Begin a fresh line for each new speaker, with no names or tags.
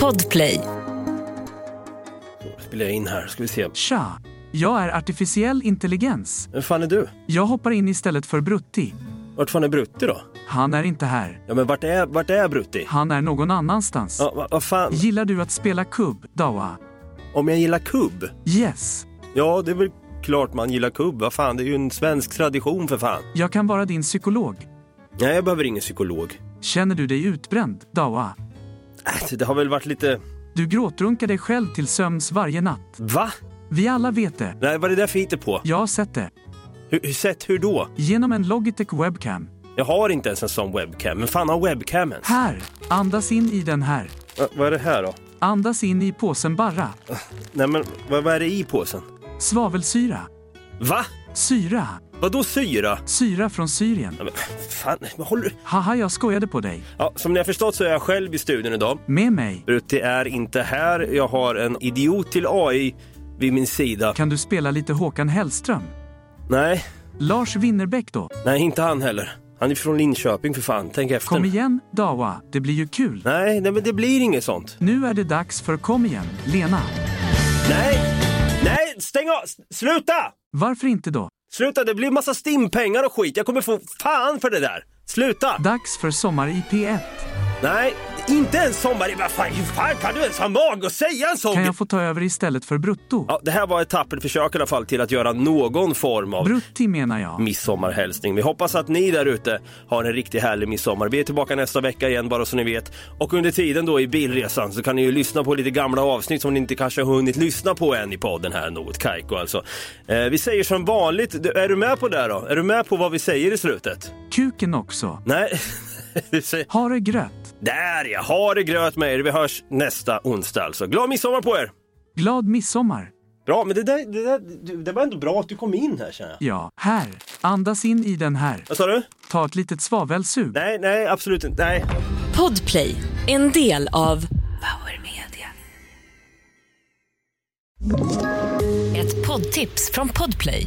Podplay.
Spelar jag in här, ska vi se.
Tja! Jag är artificiell intelligens.
Vem fan är du?
Jag hoppar in istället för Brutti.
Vart fan är Brutti då?
Han är inte här.
Ja men vart är, vart är Brutti?
Han är någon annanstans.
Ja, vad vad fan?
Gillar du att spela kubb, Dawa?
Om jag gillar kubb?
Yes.
Ja, det är väl klart man gillar kubb. Vad fan, det är ju en svensk tradition för fan.
Jag kan vara din psykolog.
Nej, jag behöver ingen psykolog.
Känner du dig utbränd, Dawa?
Äh, det har väl varit lite...
Du gråtrunkar dig själv till sömns varje natt.
Va?
Vi alla vet det.
Nej, vad är det där för på?
Jag har sett det.
Hur, sett hur då?
Genom en Logitech webcam.
Jag har inte ens en sån webcam. Men fan har webcam ens?
Här! Andas in i den här.
Va, vad är det här då?
Andas in i påsen bara.
Nej men, vad, vad är det i påsen?
Svavelsyra.
Va?
Syra.
Vadå syra?
Syra från Syrien.
Ja, men, fan, vad håller du...
Haha, jag skojade på dig.
Ja, som ni har förstått så är jag själv i studion idag.
Med mig.
Brutti är inte här. Jag har en idiot till AI vid min sida.
Kan du spela lite Håkan Hellström?
Nej,
Lars Winnerbäck då?
nej inte han heller. Han är från Linköping för fan. Tänk efter.
Kom igen, Dawa. Det blir ju kul.
Nej, nej, men det blir inget sånt.
Nu är det dags för Kom igen, Lena.
Nej! Nej, stäng av! S- Sluta!
Varför inte då?
Sluta, det blir massa stimpengar och skit. Jag kommer få fan för det där. Sluta!
Dags för Sommar i P1.
Nej, inte en sommar i... Vad fan, hur fan kan du ens ha mag att säga en sån
Kan
grej?
jag få ta över istället för Brutto?
Ja, det här var ett tappert försök i alla fall till att göra någon form av
Brutti menar jag.
midsommarhälsning. Vi hoppas att ni där ute har en riktigt härlig midsommar. Vi är tillbaka nästa vecka igen bara så ni vet. Och under tiden då i bilresan så kan ni ju lyssna på lite gamla avsnitt som ni inte kanske har hunnit lyssna på än i podden här något Kaiko alltså. Eh, vi säger som vanligt, Du- är du med på det då? Är du med på vad vi säger i slutet?
Kuken också.
Nej, Vi säger-
Ha det grött.
där ja, ha det gröt med er. Vi hörs nästa onsdag alltså. Glad midsommar på er!
Glad midsommar.
Bra, men det, där, det, där, du- det var ändå bra att du kom in här känner jag.
Ja, här. Andas in i den här.
Vad sa du?
Ta ett litet svavelsug.
Nej, nej, absolut inte. Nej.
Podplay, en del av Power Media. Ett poddtips från Podplay.